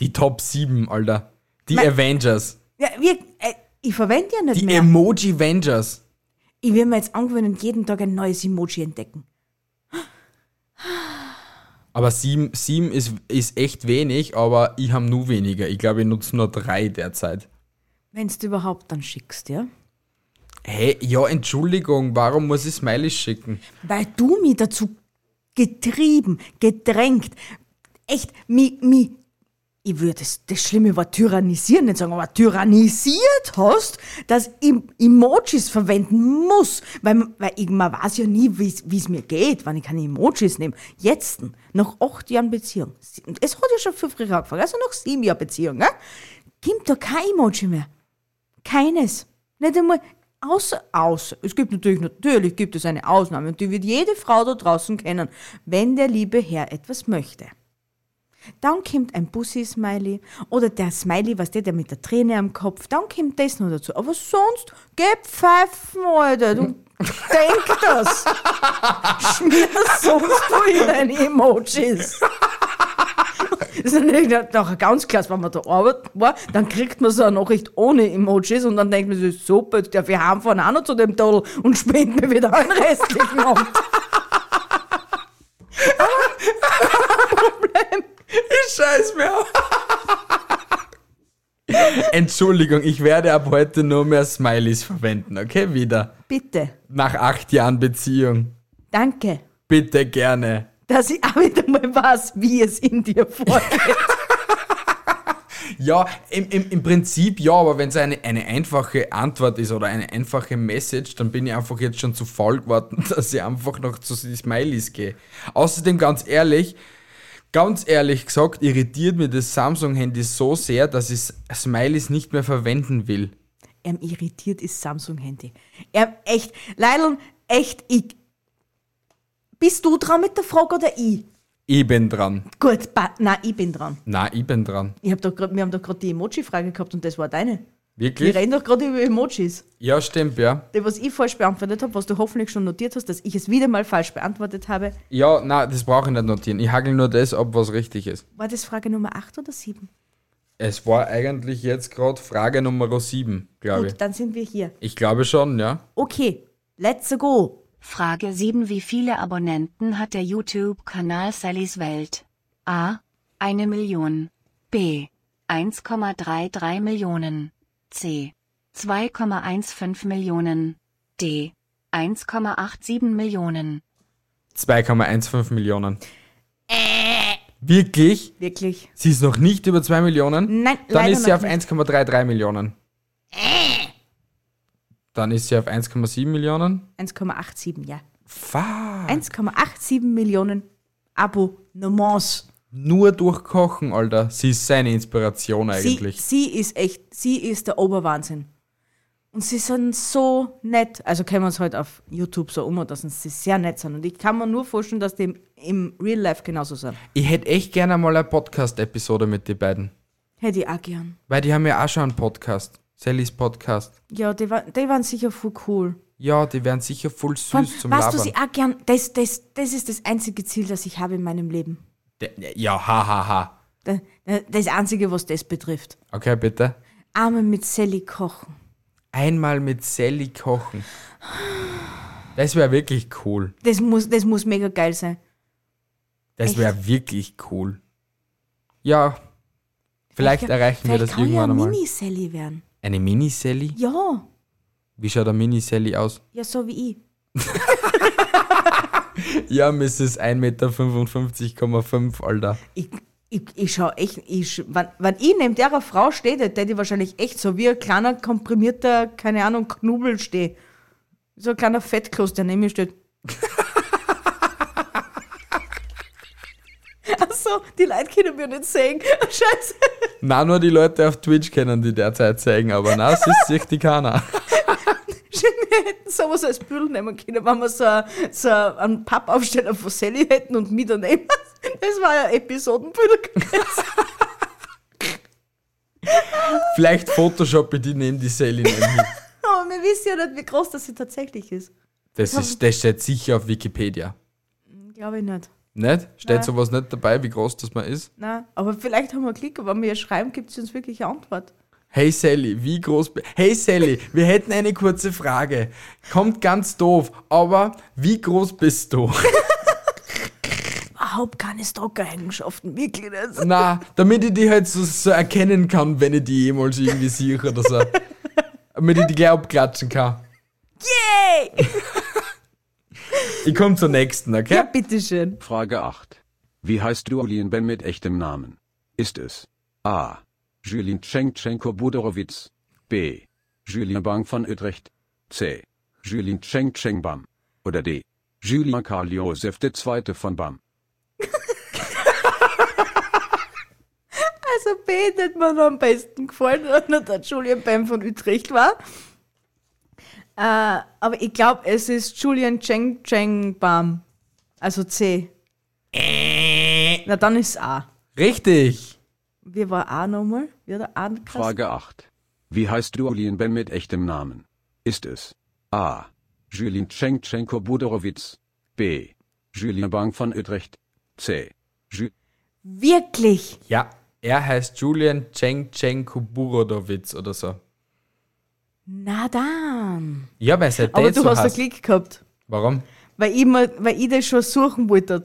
Speaker 1: Die Top 7, Alter. Die
Speaker 2: Mein-
Speaker 1: Avengers.
Speaker 2: Ja, wir, äh, ich verwende ja nicht
Speaker 1: Die
Speaker 2: mehr.
Speaker 1: Emoji-Vengers.
Speaker 2: Ich will mir jetzt angewöhnen, jeden Tag ein neues Emoji entdecken.
Speaker 1: Aber 7, sieben ist, ist echt wenig, aber ich habe nur weniger. Ich glaube, ich nutze nur drei derzeit.
Speaker 2: Wenn du überhaupt dann schickst, ja?
Speaker 1: Hä? ja, Entschuldigung, warum muss ich Smileys schicken?
Speaker 2: Weil du mich dazu getrieben, gedrängt, echt, mi, mi, ich würde das, das schlimme Wort tyrannisieren nicht sagen, aber tyrannisiert hast, dass ich Emojis verwenden muss, weil, weil ich, man weiß ja nie, wie es mir geht, wenn ich keine Emojis nehme. Jetzt, nach acht Jahren Beziehung, sie- und es hat ja schon viel früher angefangen, also nach sieben Jahren Beziehung, gell? gibt da kein Emoji mehr. Keines. Nicht einmal. Außer, außer. Es gibt natürlich, natürlich gibt es eine Ausnahme und die wird jede Frau da draußen kennen, wenn der liebe Herr etwas möchte. Dann kommt ein Bussi-Smiley oder der Smiley, was der, der mit der Träne am Kopf, dann kommt das noch dazu. Aber sonst, geh pfeifen, Alter, du denk das. Schmier das sonst wo in deine Emojis. Das ist natürlich nachher ganz klasse, wenn man da arbeitet war, dann kriegt man so eine Nachricht ohne Emojis und dann denkt man sich, super, jetzt darf ich heimfahren auch noch zu dem Tadel und spendet mir wieder einen restlichen Abend.
Speaker 1: Scheiß mir auf. Entschuldigung, ich werde ab heute nur mehr Smileys verwenden, okay? Wieder.
Speaker 2: Bitte,
Speaker 1: Nach acht Jahren Beziehung.
Speaker 2: danke,
Speaker 1: Bitte gerne.
Speaker 2: dass ich auch wieder mal weiß, wie es in dir vorgeht.
Speaker 1: Ja, im, im, im Prinzip ja, aber wenn es eine, eine einfache Antwort ist oder eine einfache Message, dann bin ich einfach jetzt schon zu faul geworden, dass ich einfach noch zu den Smileys gehe. Außerdem, ganz ehrlich, ganz ehrlich gesagt, irritiert mir das Samsung-Handy so sehr, dass ich Smileys nicht mehr verwenden will.
Speaker 2: Er irritiert ist Samsung-Handy. Er echt, Leilon, echt, ich. Bist du dran mit der Frage oder ich?
Speaker 1: Ich bin dran.
Speaker 2: Gut, pa- na, ich bin dran.
Speaker 1: Na, ich bin dran.
Speaker 2: Ich hab doch grad, wir haben doch gerade die Emoji-Frage gehabt und das war deine. Wir
Speaker 1: Wirklich?
Speaker 2: reden doch gerade über Emojis.
Speaker 1: Ja, stimmt, ja.
Speaker 2: Das, was ich falsch beantwortet habe, was du hoffentlich schon notiert hast, dass ich es wieder mal falsch beantwortet habe,
Speaker 1: Ja, na, das brauche ich nicht notieren. Ich hagel nur das ab, was richtig ist.
Speaker 2: war das Frage Nummer 8 oder 7?
Speaker 1: Es war eigentlich jetzt gerade Frage Nummer 7, glaube ich.
Speaker 2: Gut, dann sind wir hier.
Speaker 1: Ich glaube schon, ja.
Speaker 2: Okay, let's go.
Speaker 4: Frage 7. Wie viele Abonnenten hat der YouTube-Kanal Sallys Welt? A. Eine Million. B. 1,33 Millionen. C. 2,15 Millionen. D. 1,87 Millionen.
Speaker 1: 2,15 Millionen.
Speaker 2: Äh.
Speaker 1: Wirklich?
Speaker 2: Wirklich?
Speaker 1: Sie ist noch nicht über 2 Millionen?
Speaker 2: Nein,
Speaker 1: Dann
Speaker 2: leider
Speaker 1: ist sie
Speaker 2: noch
Speaker 1: auf
Speaker 2: nicht. Äh.
Speaker 1: 1,33 Millionen. Dann ist sie auf 1,7 Millionen.
Speaker 2: 1,87, ja.
Speaker 1: Fuck.
Speaker 2: 1,87 Millionen Abonnements.
Speaker 1: Nur durch Kochen, Alter. Sie ist seine Inspiration
Speaker 2: Sie,
Speaker 1: eigentlich.
Speaker 2: sie ist echt, sie ist der Oberwahnsinn. Und sie sind so nett. Also können wir uns halt auf YouTube so um, dass sie sehr nett sind. Und ich kann mir nur vorstellen, dass die im, im Real Life genauso sind.
Speaker 1: ich hätte echt gerne mal eine Podcast-Episode mit den beiden.
Speaker 2: Hätte ich auch gern.
Speaker 1: Weil die haben ja auch schon einen Podcast. Sallys Podcast.
Speaker 2: Ja, die, wa- die waren sicher voll cool.
Speaker 1: Ja, die wären sicher voll süß
Speaker 2: Vor allem,
Speaker 1: zum
Speaker 2: weißt du,
Speaker 1: Labern.
Speaker 2: was ich auch gern, das, das, das ist das einzige Ziel, das ich habe in meinem Leben.
Speaker 1: Der- ja, hahaha. Ha, ha.
Speaker 2: Da- da- Das einzige, was das betrifft.
Speaker 1: Okay, bitte.
Speaker 2: Arme mit Sally kochen.
Speaker 1: Einmal mit Sally kochen. Das wäre wirklich cool.
Speaker 2: Das muss, das muss mega geil sein.
Speaker 1: Das wäre wirklich cool. Ja. Vielleicht erreichen wir das
Speaker 2: kann ich ja
Speaker 1: irgendwann einmal.
Speaker 2: Mini Sally werden.
Speaker 1: Eine Mini-Sally?
Speaker 2: Ja,
Speaker 1: Wie schaut eine Mini-Sally aus?
Speaker 2: ja so wie ich.
Speaker 1: Ja, Mrs. 1,55,5 Meter, Alter.
Speaker 2: Ich, ich, ich schau echt, ich, sch- wenn, wenn ich neben der Frau stehe, dann hätte ich wahrscheinlich echt so wie ein kleiner komprimierter, keine Ahnung, Knubbel stehe. So ein kleiner Fettkloß, der neben mir steht. Achso, die Leute können mir nicht sehen. Scheiße.
Speaker 1: Na nur die Leute auf Twitch kennen die derzeit zeigen, aber na, es ist sich die keiner.
Speaker 2: Wir hätten sowas als Büdel nehmen können, wenn wir so, ein- so einen Pappaufsteller von Sally hätten und mich daneben. Das war ja Episodenbüdel.
Speaker 1: Vielleicht Photoshop ich die neben die Sally neben.
Speaker 2: Aber wir wissen ja nicht, wie groß das sie tatsächlich ist.
Speaker 1: Das, ist, das steht sicher auf Wikipedia.
Speaker 2: Glaube ich nicht.
Speaker 1: Nicht? Steht sowas nicht dabei, wie groß das mal ist?
Speaker 2: Nein, aber vielleicht haben wir Glück, wenn wir ihr schreiben, gibt sie uns wirklich eine Antwort.
Speaker 1: Hey Sally, wie groß. bi- Hey Sally, wir hätten eine kurze Frage. Kommt ganz doof, aber wie groß bist du?
Speaker 2: Überhaupt keine Stalker-Eigenschaften, wirklich Also, nicht.
Speaker 1: Na, damit ich die halt so, so erkennen kann, wenn ich die jemals irgendwie sehe oder so. Damit ich die gleich abklatschen kann.
Speaker 2: Yay!
Speaker 1: Ich komme zur nächsten, okay?
Speaker 2: Ja, bitteschön.
Speaker 3: Frage 8. Wie heißt Julien Ben mit echtem Namen? Ist es A. Julien Tschenkchenko Budorowitz B. Julien Bang von Utrecht C. Julien Tschenkcheng Bam oder D. Julien Karl Josef II. von Bam
Speaker 2: Also B hat mir noch am besten gefallen, wenn der Julian Bam von Utrecht war. Äh, aber ich glaube, es ist Julian Cheng Cheng Bam. Also C. Na, dann ist A.
Speaker 1: Richtig.
Speaker 2: Wie war A nochmal? Wie hat der A geheißen?
Speaker 3: Frage 8. Wie heißt Julien Ben mit echtem Namen? Ist es A. Julien Tschenkchenko Budorowitz B. Julien Bang von Utrecht C. Ju
Speaker 2: Wirklich?
Speaker 1: Ja, er heißt Julian Tschenkchenko Burodowitz oder so.
Speaker 2: Na dann.
Speaker 1: Ja, weil sein
Speaker 2: Aber
Speaker 1: Dad
Speaker 2: du
Speaker 1: so
Speaker 2: hast ja
Speaker 1: heißt.
Speaker 2: Glück gehabt.
Speaker 1: Warum?
Speaker 2: Weil ich, mir, weil ich das schon suchen wollte.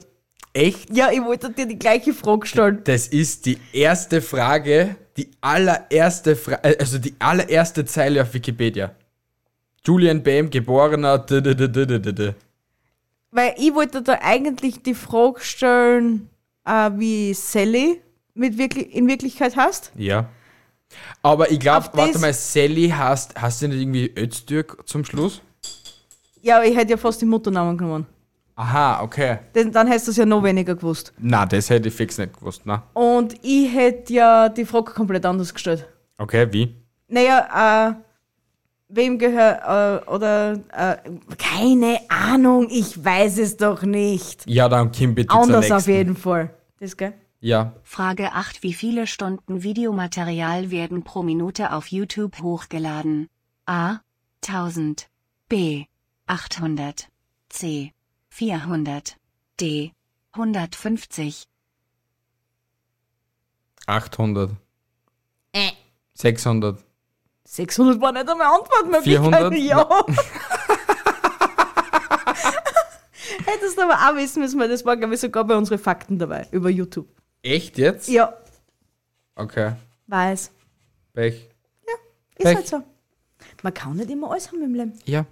Speaker 1: Echt?
Speaker 2: Ja, ich wollte dir die gleiche Frage stellen.
Speaker 1: Das ist die erste Frage, die allererste Fra äh, also die allererste Zeile auf Wikipedia. Julian Bam, geborener. d- d- d- d- d- d- d.
Speaker 2: Weil ich wollte da eigentlich die Frage stellen, äh, wie Sally mit wirklich, in Wirklichkeit heißt.
Speaker 1: Ja. Aber ich glaube,
Speaker 2: Auf
Speaker 1: warte
Speaker 2: das-
Speaker 1: mal, Sally hast, hast du nicht irgendwie Öztürk zum Schluss?
Speaker 2: Ja, aber ich hätte ja fast den Mutternamen genommen.
Speaker 1: Aha, okay.
Speaker 2: Denn dann hättest du es ja noch weniger gewusst.
Speaker 1: Na, das hätte ich fix nicht gewusst, na.
Speaker 2: Und ich hätte ja die Frage komplett anders gestellt.
Speaker 1: Okay, wie?
Speaker 2: Naja, äh, wem gehört, äh, oder, äh, keine Ahnung, ich weiß es doch nicht.
Speaker 1: Ja, dann Kim bitte zur
Speaker 2: Anders
Speaker 1: nächsten.
Speaker 2: auf jeden Fall. Das, gell?
Speaker 1: Ja.
Speaker 4: Frage 8. Wie viele Stunden Videomaterial werden pro Minute auf YouTube hochgeladen? A. 1000. B. 800. C. 400. D. 150.
Speaker 1: 800.
Speaker 4: Äh.
Speaker 1: 600.
Speaker 2: 600 war nicht einmal Antwort, mein
Speaker 1: 400?
Speaker 2: Blick, Ja. Hättest du aber auch wissen müssen, weil das war, glaube ich, sogar bei unseren Fakten dabei, über YouTube.
Speaker 1: Echt jetzt?
Speaker 2: Ja,
Speaker 1: Okay.
Speaker 2: weiß.
Speaker 1: Pech.
Speaker 2: Ist
Speaker 1: Pech.
Speaker 2: halt so. Man kann nicht immer alles haben im Leben.
Speaker 1: Ja.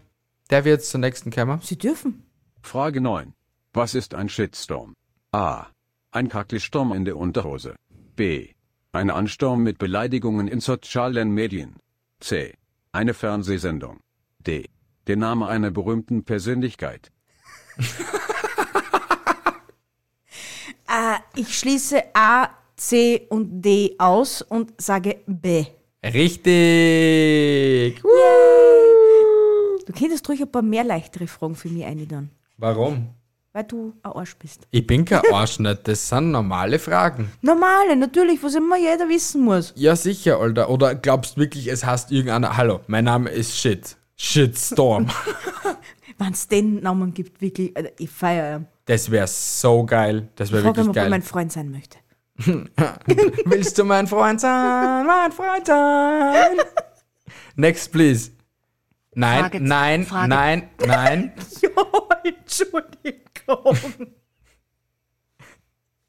Speaker 1: Der wird jetzt zur nächsten Kammer.
Speaker 2: Sie dürfen.
Speaker 3: Frage 9. Was ist ein Shitstorm? A. Ein Kackelsturm in der Unterhose. B. Ein Ansturm mit Beleidigungen in sozialen Medien. C. Eine Fernsehsendung. D. Der Name einer berühmten Persönlichkeit.
Speaker 2: Äh, ich schließe A, C und D aus und sage B.
Speaker 1: Richtig.
Speaker 2: Du könntest ruhig ein paar mehr leichtere Fragen für mich einladen.
Speaker 1: Warum?
Speaker 2: Weil du ein Arsch bist.
Speaker 1: Ich bin kein Arsch, nicht. das sind normale Fragen.
Speaker 2: Normale, natürlich, was immer jeder wissen muss.
Speaker 1: Ja, sicher, Alter. Oder glaubst wirklich, es heißt irgendeiner, hallo, mein Name ist Shit. Shitstorm.
Speaker 2: Wenn es den Namen gibt, wirklich, Alter, ich feiere ihn.
Speaker 1: Das wäre so geil. Das wäre
Speaker 2: Frag ihn,
Speaker 1: wirklich
Speaker 2: ob er mein
Speaker 1: geil.
Speaker 2: Freund sein möchte.
Speaker 1: Willst du mein Freund sein? Mein Freund sein. Next, please. Nein,
Speaker 4: Frage-
Speaker 1: nein,
Speaker 4: Frage-
Speaker 1: nein, nein.
Speaker 2: Jo, Entschuldigung.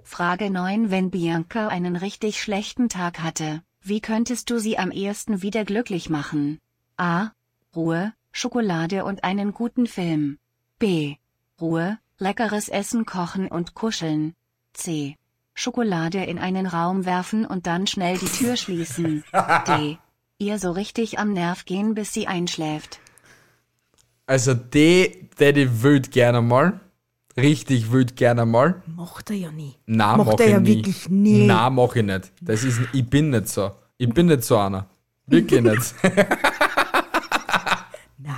Speaker 4: Frage 9. Wenn Bianca einen richtig schlechten Tag hatte, wie könntest du sie am ehesten wieder glücklich machen? A. Ruhe, Schokolade und einen guten Film. B. Ruhe, leckeres Essen kochen und kuscheln. C. Schokolade in einen Raum werfen und dann schnell die Tür schließen. D. Ihr so richtig am Nerv gehen, bis sie einschläft.
Speaker 1: Also, die, Daddy würde gerne mal. Richtig würde gerne mal.
Speaker 2: Macht er ja nie.
Speaker 1: Nein,
Speaker 2: Macht
Speaker 1: mach
Speaker 2: er
Speaker 1: ich
Speaker 2: ja
Speaker 1: nie.
Speaker 2: wirklich nie.
Speaker 1: Nein, mach ich nicht. Das ist, ich bin nicht so. Ich bin nicht so einer. Wirklich nicht.
Speaker 2: Nein.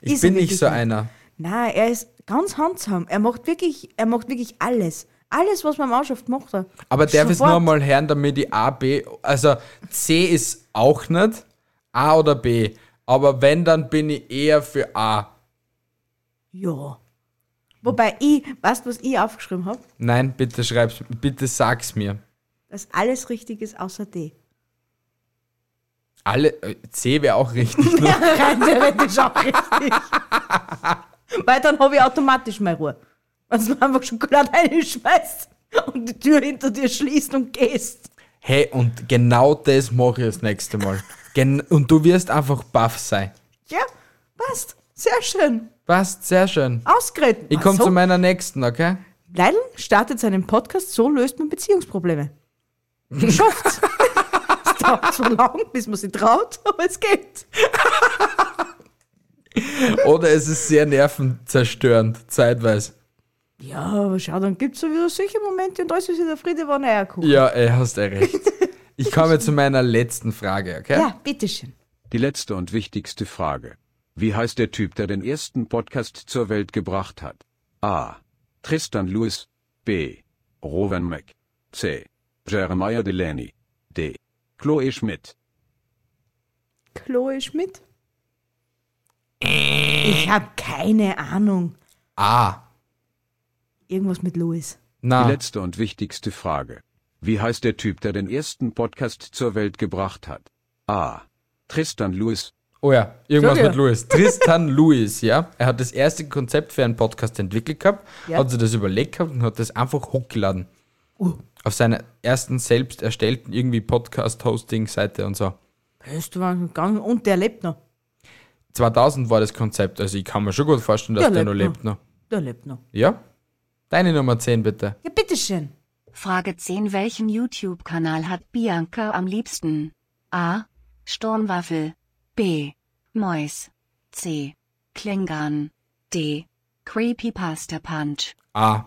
Speaker 1: Ich
Speaker 2: Ist er
Speaker 1: bin nicht
Speaker 2: wirklich
Speaker 1: so einer.
Speaker 2: Nein, er ist ganz handsam. Er macht wirklich, er macht wirklich alles. Alles, was man im Mannschaft macht. Er.
Speaker 1: Aber darf es
Speaker 2: Sofort.
Speaker 1: nur mal hören, damit die A, B, also C ist auch nicht, A oder B. Aber wenn, dann bin ich eher für A.
Speaker 2: Ja. Wobei ich, weißt du, was ich aufgeschrieben habe?
Speaker 1: Nein, bitte schreib's, bitte sag's mir.
Speaker 2: Dass alles richtig ist außer D.
Speaker 1: Alle, äh, C wäre auch richtig. ne?
Speaker 2: Rein theoretisch auch richtig. Weil dann habe ich automatisch meine Ruhe. Wenn du einfach Schokolade reinschmeißt und die Tür hinter dir schließt und gehst.
Speaker 1: hey, und genau das mache ich das nächste Mal. Gen und du wirst einfach baff sein.
Speaker 2: Ja, passt. Sehr schön.
Speaker 1: Passt, sehr schön.
Speaker 2: Ausgeredet.
Speaker 1: Ich komme zu meiner nächsten, okay?
Speaker 2: Leidl startet seinen Podcast, so löst man Beziehungsprobleme. Geschafft! es dauert so lang, bis man sie traut, aber es geht.
Speaker 1: Oder es ist sehr nervenzerstörend, zeitweise.
Speaker 2: Ja, aber schau, dann gibt es ja wieder solche Momente und alles ist wieder Friede, wann er guckt.
Speaker 1: Ja, ey, hast du recht. Ich komme zu meiner letzten Frage, okay?
Speaker 2: Ja, bitteschön.
Speaker 3: Die letzte und wichtigste Frage. Wie heißt der Typ, der den ersten Podcast zur Welt gebracht hat? A. Tristan Lewis. B. Rowan Mack. C. Jeremiah Delaney. D. Chloe Schmidt.
Speaker 2: Chloe Schmidt? Ich habe keine Ahnung.
Speaker 1: A.
Speaker 2: Irgendwas mit Louis.
Speaker 3: Die
Speaker 1: Ah, Na,
Speaker 3: letzte und wichtigste Frage. Wie heißt der Typ, der den ersten Podcast zur Welt gebracht hat? A. Tristan Lewis.
Speaker 1: oh ja, irgendwas
Speaker 2: Sag ja.
Speaker 1: mit Louis. Tristan Louis, ja. Er hat das erste Konzept für einen Podcast entwickelt gehabt,
Speaker 2: Ja. Uh.
Speaker 1: hat sich das überlegt gehabt und hat das einfach hochgeladen. Auf seiner ersten selbst erstellten irgendwie Podcast-Hosting-Seite und so.
Speaker 2: Bist du gegangen und der lebt noch.
Speaker 1: 2000 war das Konzept, also ich kann mir schon gut vorstellen, dass
Speaker 2: Ja,
Speaker 1: der
Speaker 2: lebt
Speaker 1: noch lebt noch.
Speaker 2: Der lebt noch.
Speaker 1: Ja? Deine Nummer 10 bitte.
Speaker 2: Ja, bitteschön.
Speaker 4: Frage 10. Welchen YouTube-Kanal hat Bianca am liebsten? A. Sturmwaffel. B. Mois. C. Klingan. D. Creepypasta Punch.
Speaker 1: A.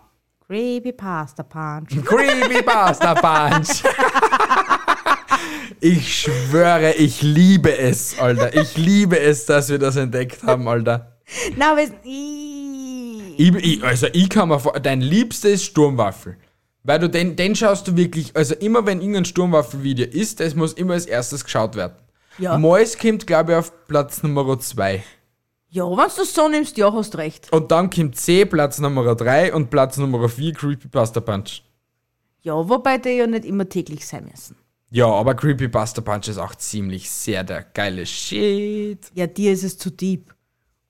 Speaker 2: Creepy Pasta Punch.
Speaker 1: Creepypasta Punch. Ich schwöre, ich liebe es, Alter. Ich liebe es, dass wir das entdeckt haben, Alter.
Speaker 2: Na, aber es- Ih.
Speaker 1: Ich, ich, also ich kann mir vor, dein Liebster ist Sturmwaffel. Weil du den, den schaust du wirklich, also immer wenn irgendein Sturmwaffel-Video ist, das muss immer als erstes geschaut werden.
Speaker 2: Ja.
Speaker 1: Mois kommt, glaube ich, auf Platz Nummer 2.
Speaker 2: Ja, wenn du das so nimmst, ja, hast recht.
Speaker 1: Und dann kommt C, Platz Nummer 3 und Platz Nummer 4, Creepypasta Punch.
Speaker 2: Ja, wobei die ja nicht immer täglich sein müssen.
Speaker 1: Ja, aber Creepypasta Punch ist auch ziemlich sehr der geile Shit.
Speaker 2: Ja, dir ist es zu deep.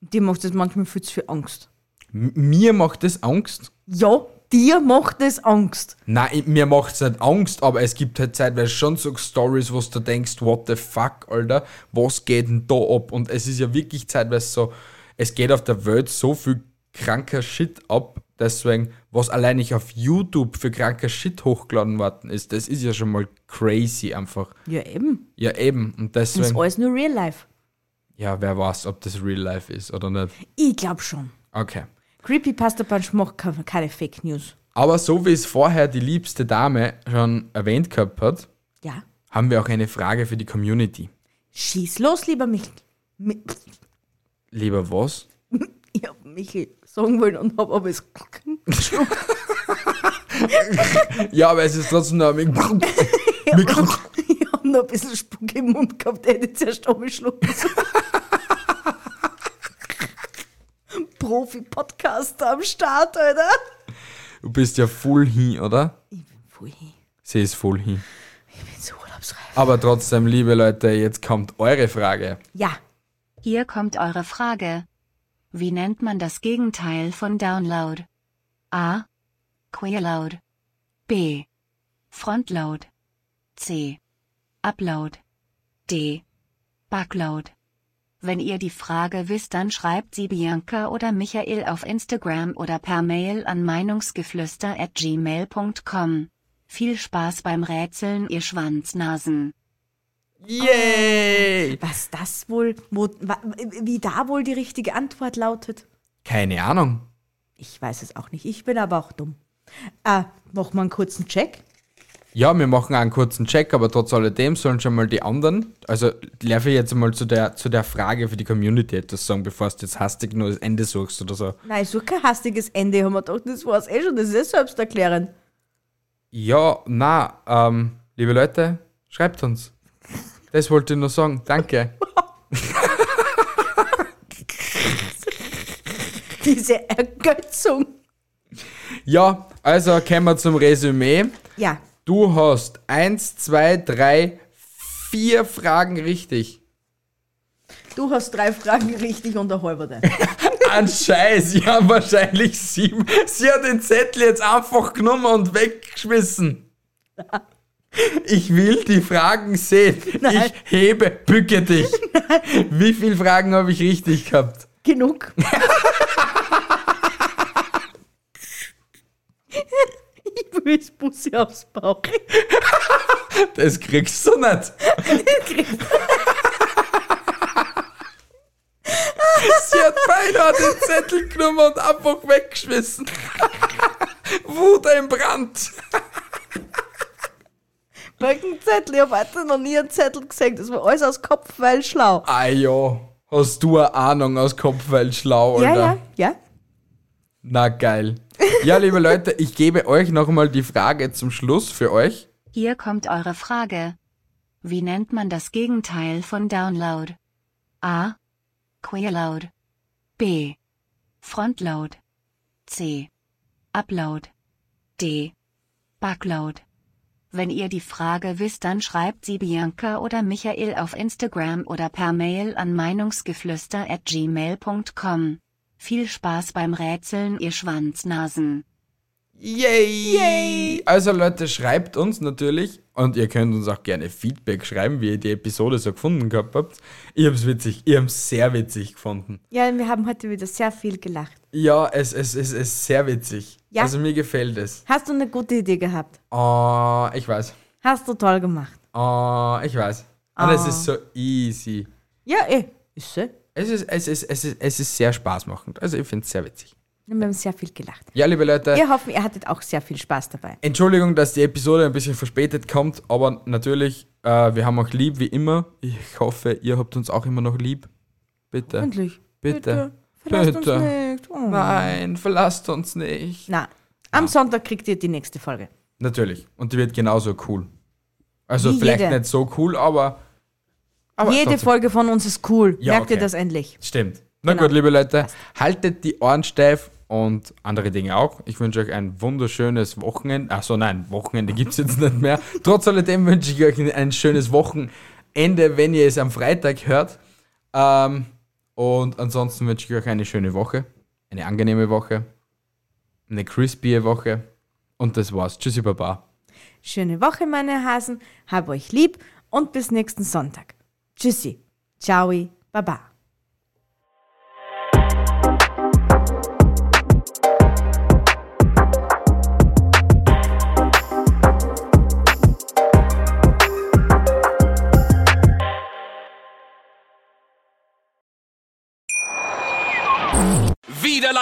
Speaker 2: Und dir macht es manchmal viel zu viel Angst.
Speaker 1: M- Mir macht es Angst.
Speaker 2: Ja, dir macht es Angst.
Speaker 1: Nein, ich- mir macht es nicht Angst, aber es gibt halt zeitweise schon so Stories, wo du denkst, what the fuck, Alter, was geht denn da ab? Und es ist ja wirklich zeitweise so, es geht auf der Welt so viel kranker Shit ab, deswegen, was allein ich auf YouTube für kranker Shit hochgeladen worden ist, das ist ja schon mal crazy einfach.
Speaker 2: Ja, eben.
Speaker 1: Ja, eben. Und
Speaker 2: Das ist
Speaker 1: deswegen,
Speaker 2: alles nur Real Life.
Speaker 1: ja, wer weiß, ob das Real Life ist oder nicht.
Speaker 2: Ich glaub schon.
Speaker 1: Okay.
Speaker 2: Creepypasta Punch macht ke- keine Fake News.
Speaker 1: Aber so wie es vorher die liebste Dame schon erwähnt gehabt hat,
Speaker 2: Ja.
Speaker 1: haben wir auch eine Frage für die Community.
Speaker 2: Schieß los, lieber Michel. Mi
Speaker 1: Lieber was?
Speaker 2: ja, Michel, sagen wollen und habe aber es geschluckt.
Speaker 1: Ja, aber es ist trotzdem noch mit Mikro.
Speaker 2: Ich habe noch ein bisschen Spuck im Mund gehabt, hätte ich zuerst abgeschluckt. Profi-Podcaster am Start, Alter.
Speaker 1: Du bist ja voll hin, oder?
Speaker 2: Ich bin voll hin.
Speaker 1: Sie ist voll hin.
Speaker 2: Ich bin so urlaubsreif.
Speaker 1: Aber trotzdem, liebe Leute, jetzt kommt eure Frage.
Speaker 2: Ja,
Speaker 4: Hier kommt eure Frage. Wie nennt man das Gegenteil von Download? A. Queerload. B. Frontload. C. Upload. D. Backload. Wenn ihr die Frage wisst, dann schreibt sie Bianca oder Michael auf Instagram oder per Mail an meinungsgeflüster at gmail.com. Viel Spaß beim Rätseln, ihr Schwanznasen.
Speaker 1: Yay!
Speaker 2: was das wohl, wo, wa- wie da wohl die richtige Antwort lautet?
Speaker 1: Keine Ahnung.
Speaker 2: Ich weiß es auch nicht. Ich bin aber auch dumm. Ah, machen wir einen kurzen Check.
Speaker 1: Ja, wir machen einen kurzen Check, aber trotz alledem sollen schon mal die anderen. Also, darf ich jetzt mal zu der, zu der Frage für die Community etwas sagen, bevor du jetzt hastig nur das Ende suchst oder so.
Speaker 2: Nein, so kein hastiges Ende haben wir doch. Das war's eh schon. Das ist eh selbst erklären.
Speaker 1: Ja, na, ähm, liebe Leute, schreibt uns. Das wollte ich nur sagen. Danke.
Speaker 2: Diese Ergötzung.
Speaker 1: Ja, also kommen wir zum Resümee.
Speaker 2: Ja,
Speaker 1: Du hast eins, zwei, drei, vier Fragen richtig.
Speaker 2: du hast drei Fragen richtig ne? und eine halbe.
Speaker 1: Ein Scheiß, ich habe wahrscheinlich sieben. Sie hat den Zettel jetzt einfach genommen und weggeschmissen. Ich will die Fragen sehen.
Speaker 2: Nein.
Speaker 1: Ich hebe, bücke dich. Wie viele Fragen habe ich richtig gehabt?
Speaker 2: Genug. ich will das Bussi aufs Bauch.
Speaker 1: Das kriegst du nicht. Sie hat beinahe den Zettel genommen und einfach weggeschmissen. Wut im Brand.
Speaker 2: Rückenzettel, ich habe heute noch nie einen Zettel gesehen. Das war alles aus Kopf, weil schlau.
Speaker 1: Ah ja, hast du eine Ahnung aus Kopfwell schlau, Alter?
Speaker 2: Ja, ja, ja.
Speaker 1: Na geil. Ja, liebe Leute, ich gebe euch nochmal die Frage zum Schluss für euch.
Speaker 4: Hier kommt eure Frage. Wie nennt man das Gegenteil von Download? A. Queerload. B. Frontload. C. Upload. D. Backload. Wenn ihr die Frage wisst, dann schreibt sie Bianca oder Michael auf Instagram oder per Mail an meinungsgeflüster at gmail.com. Viel Spaß beim Rätseln, ihr Schwanznasen.
Speaker 1: Yay! Also Leute, schreibt uns natürlich und ihr könnt uns auch gerne Feedback schreiben, wie ihr die Episode so gefunden gehabt habt. Ich hab's witzig, ich hab's sehr witzig gefunden.
Speaker 2: Ja, wir haben heute wieder sehr viel gelacht.
Speaker 1: Ja, es es, es, ist sehr witzig.
Speaker 2: Ja.
Speaker 1: Also mir gefällt es.
Speaker 2: Hast du eine gute Idee gehabt?
Speaker 1: Ah, ich weiß.
Speaker 2: Hast du toll gemacht.
Speaker 1: Ah, ich weiß. Und
Speaker 2: Ah.
Speaker 1: es ist so easy.
Speaker 2: Ja, eh. Ist so.
Speaker 1: Es ist, es ist, es ist, es ist sehr spaßmachend. Also ich find's sehr witzig.
Speaker 2: Wir haben sehr viel gelacht.
Speaker 1: Ja, liebe Leute.
Speaker 2: Wir hoffen, ihr hattet auch sehr viel Spaß dabei.
Speaker 1: Äh. Entschuldigung, dass die Episode ein bisschen verspätet kommt, aber natürlich, äh, wir haben euch lieb wie immer. Ich hoffe, ihr habt uns auch immer noch lieb. Bitte.
Speaker 2: Endlich.
Speaker 1: Bitte.
Speaker 2: Verlasst
Speaker 1: Bitte.
Speaker 2: uns nicht. Oh.
Speaker 1: Nein, verlasst uns nicht.
Speaker 2: Na, am Sonntag kriegt ihr die nächste Folge.
Speaker 1: Natürlich. Und die wird genauso cool. Also
Speaker 2: Wie
Speaker 1: vielleicht
Speaker 2: jede.
Speaker 1: nicht so cool, aber. aber
Speaker 2: Jede
Speaker 1: trotzdem.
Speaker 2: Folge von uns ist cool.
Speaker 1: Ja,
Speaker 2: Merkt ihr
Speaker 1: okay.
Speaker 2: das endlich?
Speaker 1: Stimmt. Na
Speaker 2: Genau.
Speaker 1: gut, liebe Leute, haltet die Ohren steif und andere Dinge auch. Ich wünsche euch ein wunderschönes Wochenende. Achso, nein, Wochenende gibt es jetzt nicht mehr. Trotz alledem wünsche ich euch ein schönes Wochenende, wenn ihr es am Freitag hört. Ähm, und ansonsten wünsche ich euch eine schöne Woche, eine angenehme Woche, eine crispy Woche. Und das war's. Tschüssi, Baba.
Speaker 2: Schöne Woche, meine Hasen. Hab euch lieb und bis nächsten Sonntag. Tschüssi. Ciao. Baba.
Speaker 5: Wieder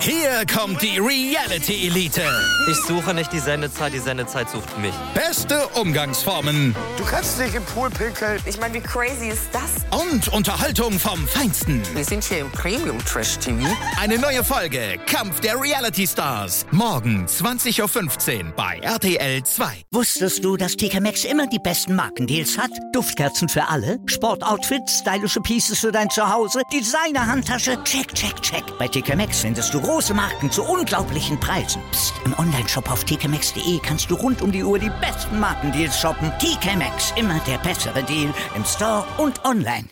Speaker 6: Hier kommt die Reality Elite.
Speaker 7: Ich suche nicht die Sendezeit, die Sendezeit sucht mich.
Speaker 6: Beste Umgangsformen
Speaker 8: Du kannst dich im Pool pinkeln.
Speaker 9: Ich meine, wie crazy ist das?
Speaker 6: und Unterhaltung vom Feinsten.
Speaker 8: Oh, Wir sind hier im Premium Trash TV.
Speaker 6: Eine neue Folge Kampf der Reality Stars. Morgen 20.15 Uhr bei RTL 2.
Speaker 10: Wusstest du, dass TK Maxx immer die besten Markendeals hat? Duftkerzen für alle, Sportoutfits, stylische Pieces für dein Zuhause, Designer-Handtasche, check, check, check. Bei TK Maxx findest du große Marken zu unglaublichen Preisen. Psst. im Onlineshop auf tkmaxx.de kannst du rund um die Uhr die besten Markendeals shoppen. TK Maxx, immer der bessere Deal im Store und online.